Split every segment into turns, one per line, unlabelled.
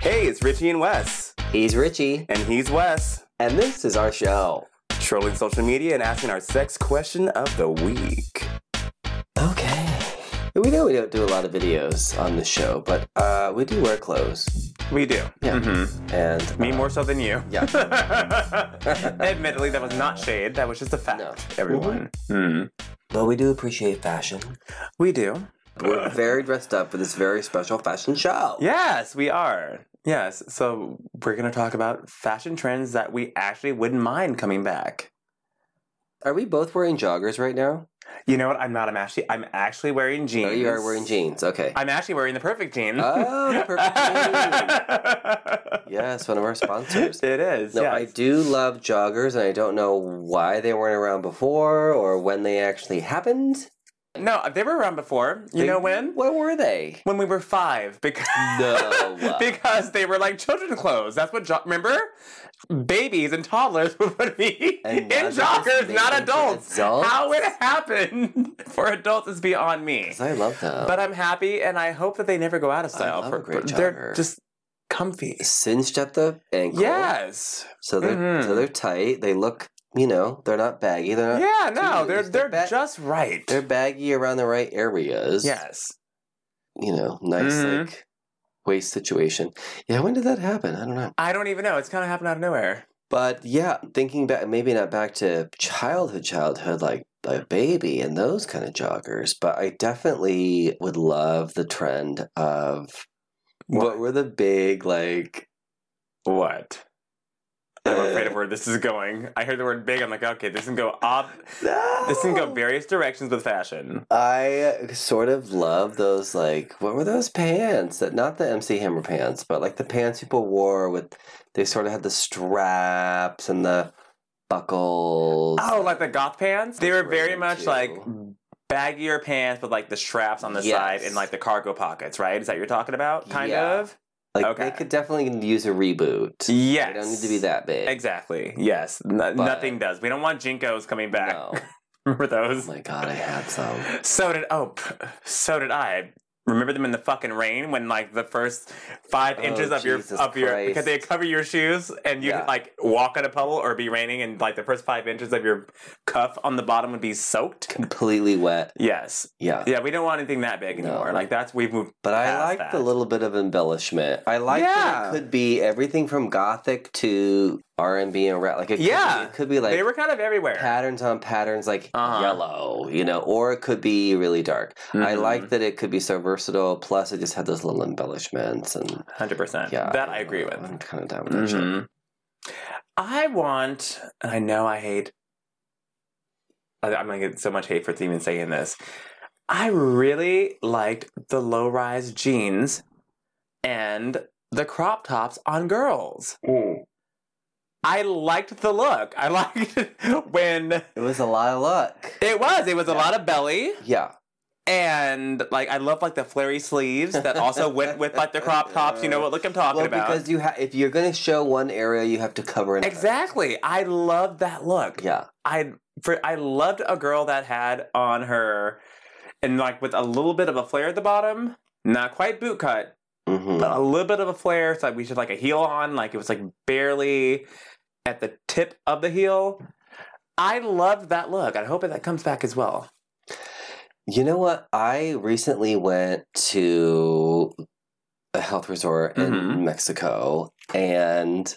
Hey, it's Richie and Wes.
He's Richie,
And he's Wes.
and this is our show.
Trolling social media and asking our sex question of the week.
Okay. We know we don't do a lot of videos on the show, but uh, we do wear clothes.
We do.
Yeah.
Mm-hmm.
And
Me
uh,
more so than you.
Yeah.
Admittedly, that was not shade. That was just a fact,
No.
everyone. Mm.
But we do appreciate fashion.
We do.
We're very dressed up for this very special fashion show.
Yes, we are. Yes. So we're going to talk about fashion trends that we actually wouldn't mind coming back.
Are we both wearing joggers right now?
You know what? I'm not. I'm actually. I'm actually wearing jeans.
Oh, you are wearing jeans. Okay.
I'm actually wearing the perfect jean.
Oh, the perfect
jean.
yes, one of our sponsors.
It is.
No,
yes.
I do love joggers, and I don't know why they weren't around before or when they actually happened.
No, they were around before. You
They-
know when?
What were they?
When we were five, because
No.
because they were like children clothes. That's what jo- remember, babies and toddlers would be
And now
in
they're just
joggers, not
making for
adults.
adults?
How it happened for adults is beyond me.
'Cause I love them.
But I'm happy, and I hope that they never go out of style.
love
for,
a great
they're
jogger.
just comfy.
Singed at the ankle.
Yes.
So they're
Mhm.
so they're tight. They look, you know, they're not baggy. They're not.
Yeah, no,
Uh, Dude,
they're
it's the
they're
best.
just right.
They're baggy around the right areas.
yes.
You know, nice
Mhm.
like waist situation. Yeah. When did that happen? I don't know.
I don't even know. It's kind of happened out of nowhere.
But yeah, thinking back, maybe not back to childhood, childhood like a baby and those kind of joggers. But I definitely would love the trend of what,
What?
were the big like.
What? I'm afraid
Uh.
of where this is going. I heard the word big. I'm like, okay, this can go up.
No!
This can go various directions with fashion.
I sort of love those like what were those pants that not the MC Hammer pants, but like the pants people wore with they sort of had the straps and the buckles.
Oh, like the goth pants? They were very
Right,
much
too.
like baggier pants with like the straps on the
Yes.
side and like the cargo pockets, right? Is that what you're talking about? Kind
Yeah.
of?
like
okay.
they could definitely use a reboot.
Yes.
They don't need to be that big.
Exactly. Yes. N- nothing does. We don't want Jinkos coming back.
No.
Remember those?
Oh my god, I had some.
So did oh, p- so did I. Remember them in the fucking rain when like the first five
Oh,
inches of your
Jesus
of your because
Christ.
they cover your shoes and you
Yeah.
could like walk on a puddle or be raining and like the first five inches of your cuff on the bottom would be soaked.
Completely wet.
Yes.
Yeah.
Yeah, we don't want anything that big
No.
anymore. Like that's we've moved.
But I
past
like
that.
the little bit of embellishment. I like
Yeah.
that it could be everything from gothic to R and B and rap. Like it could
Yeah.
be, it could be like
they were kind of everywhere.
patterns on patterns like
Uh-huh.
yellow, you know, or it could be really dark. I
Mhm.
like that it could be so versatile. Plus, it just had those little embellishments and
hundred percent.
yeah,
that I agree with.
I'm kind of down with that shit.
Mhm. I want, and I know I hate, I- I'm gonna get so much hate for even saying this. I really liked the low rise jeans and the crop tops on girls. I liked the look. I liked when
It was a lot of luck.
it was, it was a lot of belly.
Yeah,
And like I love like the flary sleeves that also went with like the crop tops. You know what look I'm talking
well,
about.
because you ha- if you're gonna show one area, you have to cover it.
exactly. I love that look.
Yeah,
I for I loved a girl that had on her and like with a little bit of a flare at the bottom, not quite boot cut,
hmm
but a little bit of a flare. So like we should like a heel on, like it was like barely at the tip of the heel. I loved that look. I hope that, that comes back as well.
you know what? I recently went to a health resort
Mhm.
in Mexico, and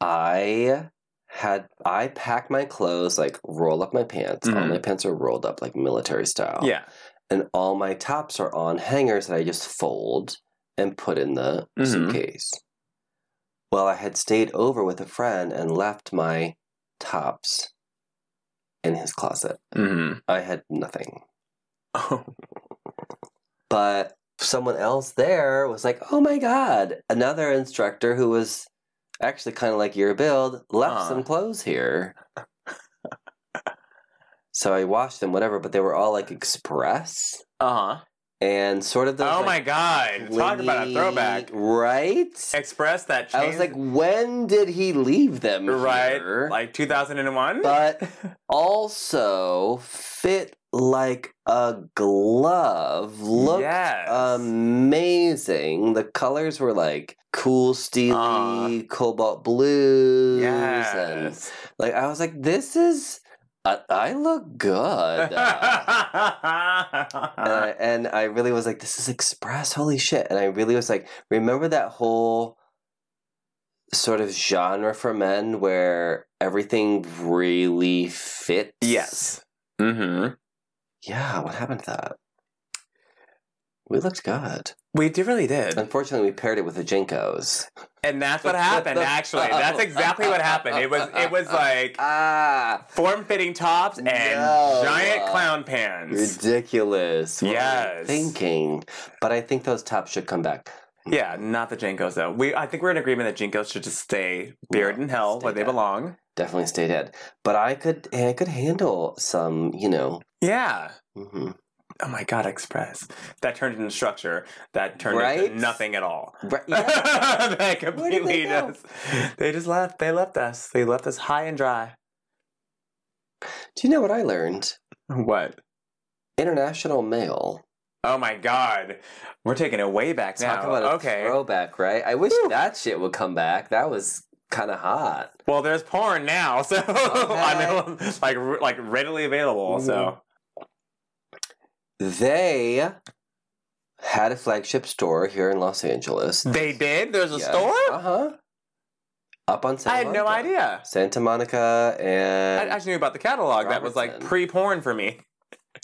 I had I pack my clothes like roll up my pants. All
Mhm.
my pants are rolled up like military style.
Yeah.
and all my tops are on hangers that I just fold and put in the
Mhm.
suitcase. Well, I had stayed over with a friend and left my tops in his closet.
Mm-hmm.
I had nothing.
Oh.
But someone else there was like, oh my God, another instructor who was actually kind of like your build left
Uh.
some clothes here. so I washed them, whatever, but they were all like express
Uh huh.
and sort of those.
Oh
like,
my god. Talk about a
Wait,
throwback.
Right?
Express that change.
I was like, when did he leave them?
right.
here?
Like 2001?
but also fit like a glove. Looked
Yes.
amazing. The colors were like cool, steely, cobalt blues, and
Uh. Yes.
like I was like, this is. I, I look good. Uh,
uh,
and, I, and I really was like, this is Express, holy shit. And I really was like, remember that whole sort of genre for men where everything really fits?
yes. Mm-hmm.
Yeah, what happened to that? We looked good.
We did, really did.
Unfortunately, we paired it with the Jinkos.
And that's what happened, actually. That's exactly what happened. It was it was like
Ah!
form fitting tops and
No.
giant clown pants.
Ridiculous. What were we
Yes.
Thinking. But I think those tops should come back.
Yeah, not the Jinkos though. We I think we're in agreement that Jinkos should just stay beard in hell
stay
where they
dead.
belong.
Definitely stay dead. But I could I could handle some, you know.
Yeah.
hmm
Oh my god, Express. That turned into structure. That turned
Right?
into nothing at all.
Right. Yeah.
they
Where did they
completely
go?
just they just left. They left us. They left us high and dry.
Do you know what I learned?
What?
International mail.
Oh my god. We're taking it way back now.
Talk about a
okay.
throwback, right? I wish
Whew.
that shit would come back. That was kind of hot.
Well, there's porn now, so I mean, like r- like readily available. So
They had a flagship store here in Los Angeles.
they did. There's a store.
Uh huh. Up on Santa
I had no
Monica.
idea.
Santa Monica
I
and
I just knew about the catalog. That was like
Robertson.
pre-porn for me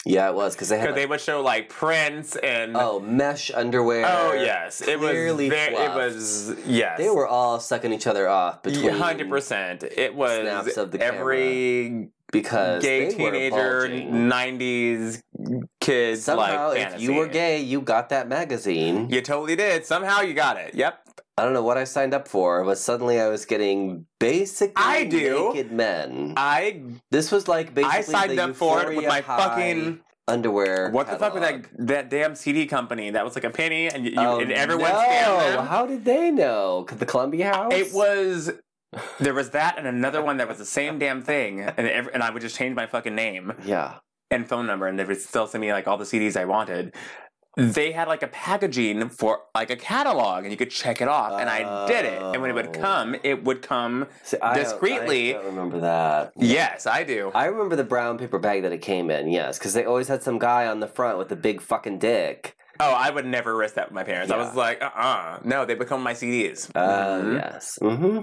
yeah, it was because they had
because they would show like prints and
like, oh mesh underwear.
Oh, yes, it was.
clearly
Very, it
fluffed.
was yes.
They were all sucking each other off between
hundred percent. It was
snaps of the
every
because
gay
they were
teenager
bulging.
'90s kid.
Somehow,
like,
if
fantasy.
you were gay, you got that magazine.
you totally did. Somehow you got it. Yep.
I don't know what I signed up for, but suddenly I was getting basically
I do.
naked men.
I
this was like basically
I signed
the
up for it with
Euphoria
my
High
fucking
underwear.
what the fuck was that
catalog.
that damn CD company that was like a penny and you, you-
Oh,
and everyone
no.
scammed them.
How did they know? 'Cause The Columbia House.
It was there was that and another one that was the same damn thing and every, and I would just change my fucking name
Yeah.
and phone number and they would still send me like all the CDs I wanted. They had like a packaging for like a catalog and you could check it off and I did it and when it would
Oh.
come it would come
See, I don't-
Discreetly-
I don't remember that.
yes I do.
I remember the brown paper bag that it came in. Yes, because they always had some guy on the front with a big fucking dick.
Oh, I would never risk that with my parents. I
Yeah.
was like, uh uh No, they become my CDs.
Uh,
Mhm.
Yes. Mm-hmm.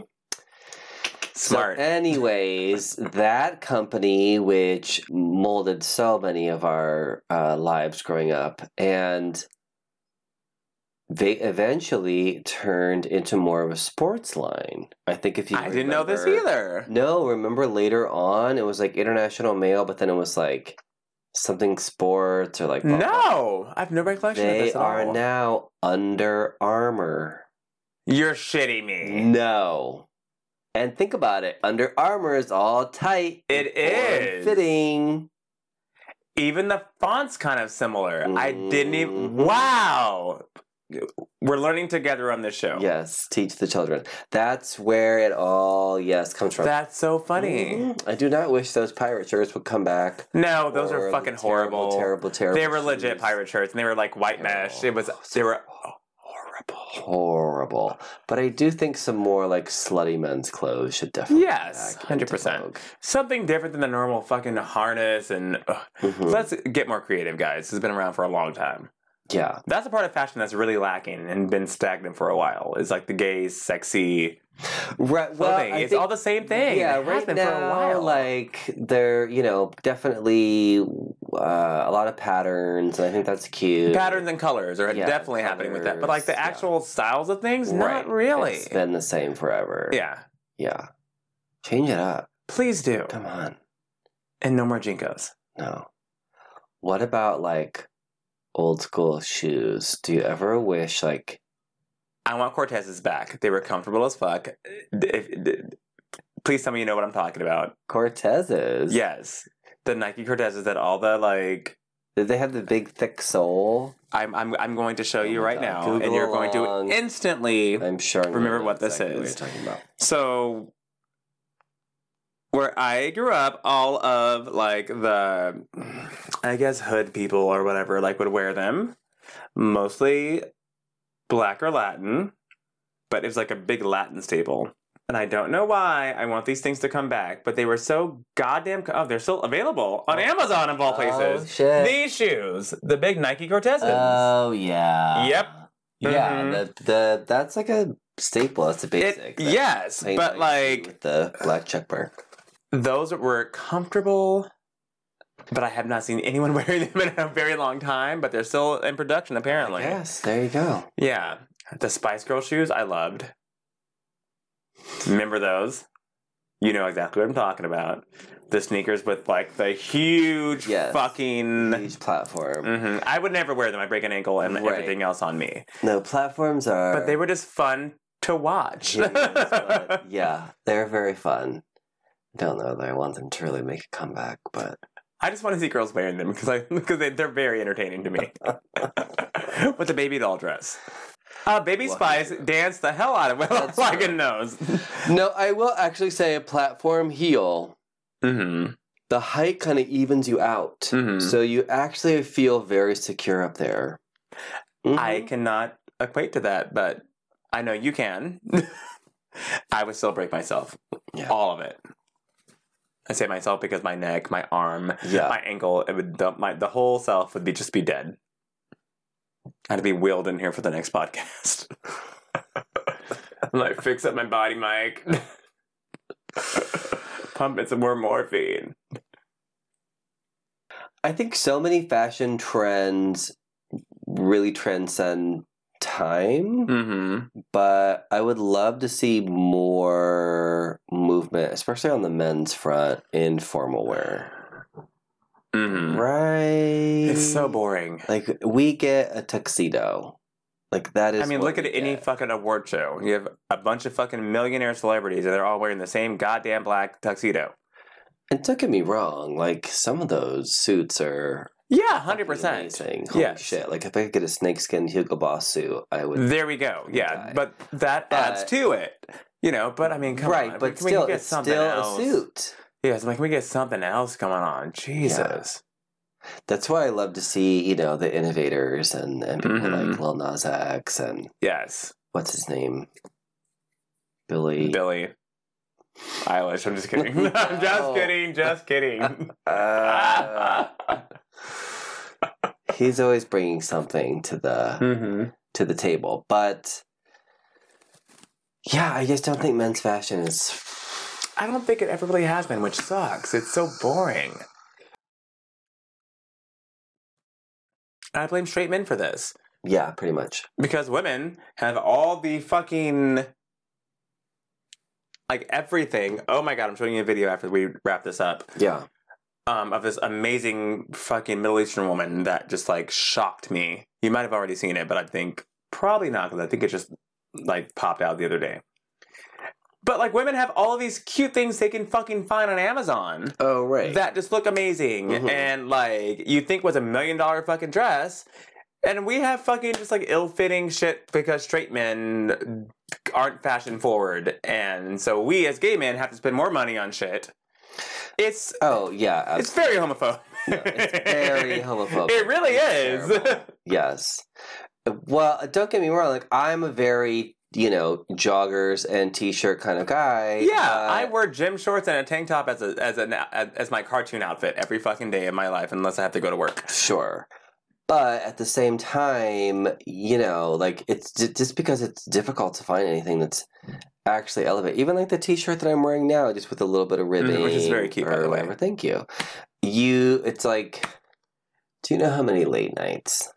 Smart.
So anyways, that company which molded so many of our uh, lives growing up, and they eventually turned into more of a sports line. I think if you,
I didn't know this
remember-
either.
No, remember later on, it was like international mail, but then it was like something sports or like blah, blah, blah.
No, I have no recollection of
They
this at
are
all.
now Under Armour.
You're shitting me.
No. And think about it. Under Armour is all tight.
It is.
fitting.
Even the font's kind of similar. I didn't even.
Mhm.
Wow. We're learning together on this show.
Yes, teach the children. That's where it all yes comes from.
That's so funny.
Mhm. I do not wish those pirate shirts would come back.
No, Oh, those are
Or the
fucking
terrible,
horrible.
Terrible, terrible.
They were legit
shoes.
pirate shirts and they were like white mesh. It was,
Terrible.
they were horrible.
Horrible. But I do think some more like slutty men's clothes should definitely.
Yes, 100%. Something different than the normal fucking harness and. ugh.
Mm-hmm.
Let's get more creative, guys. It's been around for a long time.
Yeah.
That's a part of fashion that's really lacking and been stagnant for a while. Is like the gay, sexy
Right. Well,
clothing.
I
it's
think-
all the same thing.
Yeah,
It has
right
been
now,
for a while.
like they're you know definitely uh, a lot of patterns, and I think that's cute.
patterns and colors are
Yeah,
definitely happening with that. But like the
colors, yeah.
actual styles of things,
Right.
not really.
It's been the same forever.
yeah,
yeah. Change it up.
please do.
Come on.
And no more jinkos.
No. What about like old school shoes? Do you ever wish like
I want Cortez's back. They were comfortable as fuck. If- if- please tell me you know what I'm talking about.
Cortezes?
Yes, the Nike Cortezes that all the like.
Did they have the big thick sole?
I'm I'm I'm going to show
Oh
you
my
right
God.
now,
Google
and you're going
along.
to instantly.
I'm sure. I
Remember
know
what this
exactly
is.
What you're talking about.
So where I grew up, all of like the, I guess hood people or whatever, like would wear them, mostly black or Latin, but it was like a big Latin staple. And I don't know why I want these things to come back, but they were so goddamn. Co- oh, they're still available on
Oh.
Amazon of all
Oh,
places.
shit.
these shoes, the big Nike Cortezes.
Oh yeah.
Yep.
Yeah,
Mhm.
the, the that's like a staple. That's a
It-
basic. That
yes,
plain
but
white
like
with the black check mark.
those were comfortable but i have not seen anyone wearing them in a very long time but they're still in production apparently
Yes, there you go.
yeah the spice girl shoes i loved remember those you know exactly what i'm talking about the sneakers with like the huge
Yes.
fucking
Huge platform.
hmm i would never wear them i break an ankle and
Right.
everything else on me
No, platforms are.
but they were just fun to watch
genius, but yeah, they're very fun. Don't know that I want them to really make a comeback, but
I just want to see girls wearing them because I because they, they're very entertaining to me. With the baby doll dress, uh, Baby
Wow.
Spice danced the hell out of it
That's
like a
right.
nose.
no, I will actually say a platform heel.
Mm-hmm.
The height kind of evens you out,
Mhm.
so you actually feel very secure up there.
I
Mhm.
cannot equate to that, but I know you can. I would still break myself,
Yeah.
all of it. I say myself because my neck, my arm,
Mm-hmm. yeah.
my ankle, it would dump my the whole self would be just be dead. I had to be wheeled in here for the next podcast. I'm like, fix up my body, Mike. Pump in some more morphine.
I think so many fashion trends really transcend time,
Mm-hmm.
but I would love to see more movement, especially on the men's front in formal wear.
Mm-hmm.
Right.
It's so boring.
Like we get a tuxedo. Like that is
I mean,
what
look at
we
any
get.
fucking award show. You have a bunch of fucking millionaire celebrities, and they're all wearing the same goddamn black tuxedo.
And don't get me wrong, like some of those suits are
Yeah, hundred percent.
amazing. Holy
Yes.
shit. Like if I could get a snakeskin Hugo Boss suit, I would
There we go. Yeah,
guy.
but that
But-
adds to it. You know, but I mean, come
Right,
on,
but
can we
still
get
it's
something
still
else?
a suit.
Yeah, so like, can we get something else going on? Jesus.
That's why I love to see, you know, the innovators and, and people
Mhm.
like Lil Nas X and
Yes,
what's his name? Billy.
Billy. Eilish. I'm just kidding. I'm just
No.
kidding. Just kidding.
Oh. Uh, he's always bringing something to the
hmm
to the table. But yeah, I just don't think men's fashion is.
I don't think it ever really has been, which sucks. It's so boring. I blame straight men for this
Yeah, pretty much.
because women have all the fucking like everything. Oh my god, I'm showing you a video after we wrap this up.
Yeah,
um, of this amazing fucking Middle Eastern woman that just like shocked me. You might have already seen it, but I think probably not because I think it just like popped out the other day. But like women have all of these cute things they can fucking find on Amazon
Oh right.
that just look amazing
Mhm.
and like you think was a million dollar fucking dress. And we have fucking just like ill fitting shit because straight men aren't fashion forward. And so we as gay men have to spend more money on shit. It's
oh yeah. abs-
it's very homophobic.
it's very homophobic.
It really
It's
is.
terrible. yes. Well, don't get me wrong. Like I'm a very you know joggers and t-shirt kind of guy.
yeah,
but-
I wear gym shorts and a tank top as a as an as my cartoon outfit every fucking day of my life, unless I have to go to work.
Sure. But at the same time, you know, like it's j- just because it's difficult to find anything that's actually elevate. Even like the t-shirt that I'm wearing now, just with a little bit of ribbing,
Mm-hmm, which is very cute, by
or
the way.
whatever. Thank you. You, it's like, do you know how many late nights?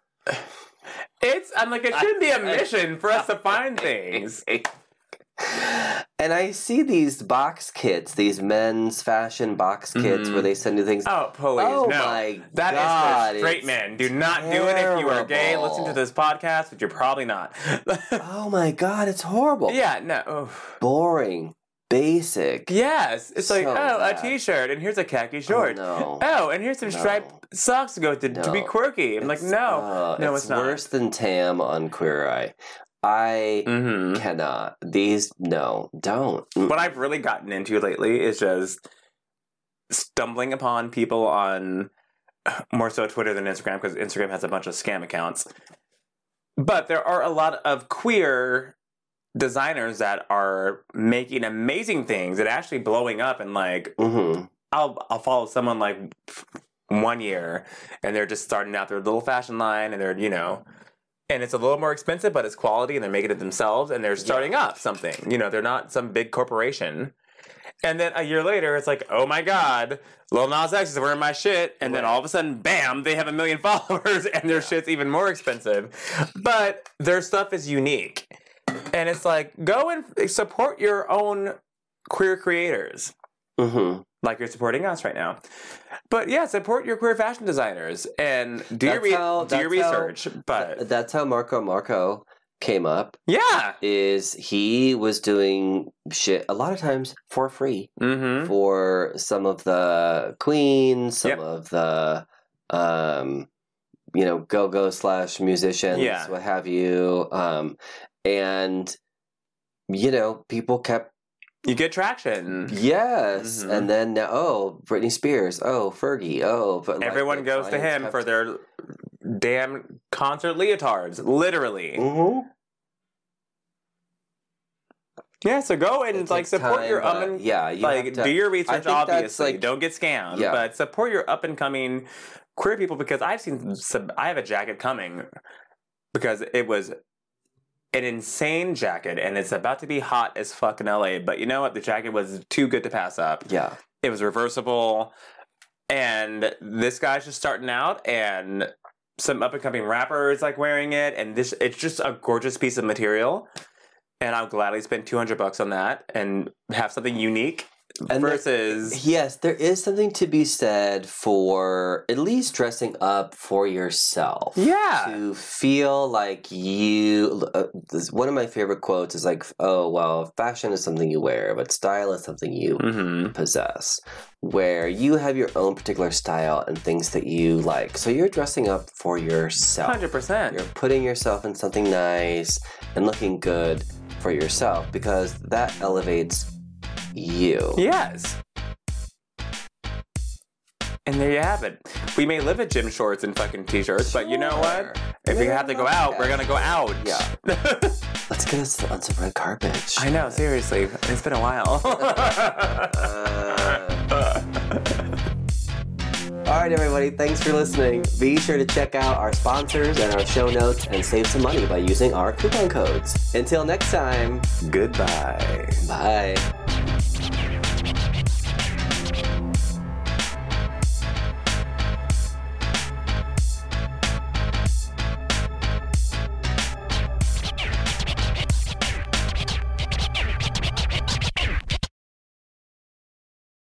It's I'm like it shouldn't be a mission for us to find things.
And I see these box kits, these men's fashion box kits,
Mhm.
where they send you things.
Oh, please,
Oh
no.
my
That is
God,
for straight
it's
men. Do not do it if you are gay.
terrible.
Listen to this podcast, which you're probably not.
Oh my god, it's horrible.
yeah, no. oh.
boring, basic.
Yes, it's like
So
oh,
bad.
a t-shirt, and here's a khaki short.
Oh, no.
Oh, and here's some
No.
striped socks to go with it to be
No.
quirky. I'm like,
It's-
no.
uh,
No, it's not.
worse than Tam on Queer Eye. I
Mm-hmm.
cannot. These no, don't. Mm.
What I've really gotten into lately is just stumbling upon people on more so Twitter than Instagram because Instagram has a bunch of scam accounts. But there are a lot of queer designers that are making amazing things and actually blowing up and like
Mm-hmm.
I'll I'll follow someone like one year, and they're just starting out their little fashion line, and they're you know, and it's a little more expensive, but it's quality, and they're making it themselves, and they're starting up something. You know, they're not some big corporation. And then a year later, it's like, oh my god, Lil Nas X is wearing my shit, and then
Right.
all of a sudden, bam, they have a million followers, and their shit's even more expensive. But their stuff is unique, and it's like, go and support your own queer creators
Mm-hmm.
like you're supporting us right now. But yeah, support your queer fashion designers and do your
That's
re-
how-
do your
that's how-
research. but
That's how Marco Marco came up.
yeah,
Is he was doing shit a lot of times for free
mm-hmm.
for some of the queens, some
Yep.
of the um, you know go go slash musicians,
Yeah.
what have you, um, and you know people kept
you get traction.
yes,
Mhm.
and then now oh Britney Spears, oh Fergie, oh but like,
Everyone
the
goes to
clients
him
kept-
for their damn concert leotards, literally.
Mhm.
Yeah, so go and
It
like
takes
support
time,
your up
but
and
yeah, you
like
have to-
do your research.
think that's,
Obviously,
like-
don't get scammed,
Yeah.
but support your up and coming queer people because I've seen some. I have a jacket coming because it was an insane jacket and it's about to be hot as fuck in LA. But you know what? The jacket was too good to pass up.
yeah.
It was reversible, and this guy's just starting out and. Some up and coming rappers like wearing it, and this it's just a gorgeous piece of material and I'll gladly spend 200 bucks on that and have something unique
And the-
versus
Yes, there is something to be said for at least dressing up for yourself.
yeah
To feel like you. Uh, this, one of my favorite quotes is like, oh, well, fashion is something you wear, but style is something you
mm-hmm.
possess, where you have your own particular style and things that you like. So you're dressing up for yourself.
100%
You're putting yourself in something nice and looking good for yourself because that elevates you.
yes and there you have it we may live at gym shorts and fucking t-shirts but you know what if we
Yeah,
have to go out we're
yeah.
gonna go out yeah
Let's get us on some red carpet.
I know seriously it's been a while
All right, everybody, thanks for listening. Be sure to check out our sponsors and our show notes and save some money by using our coupon codes. Until next time,
goodbye
bye.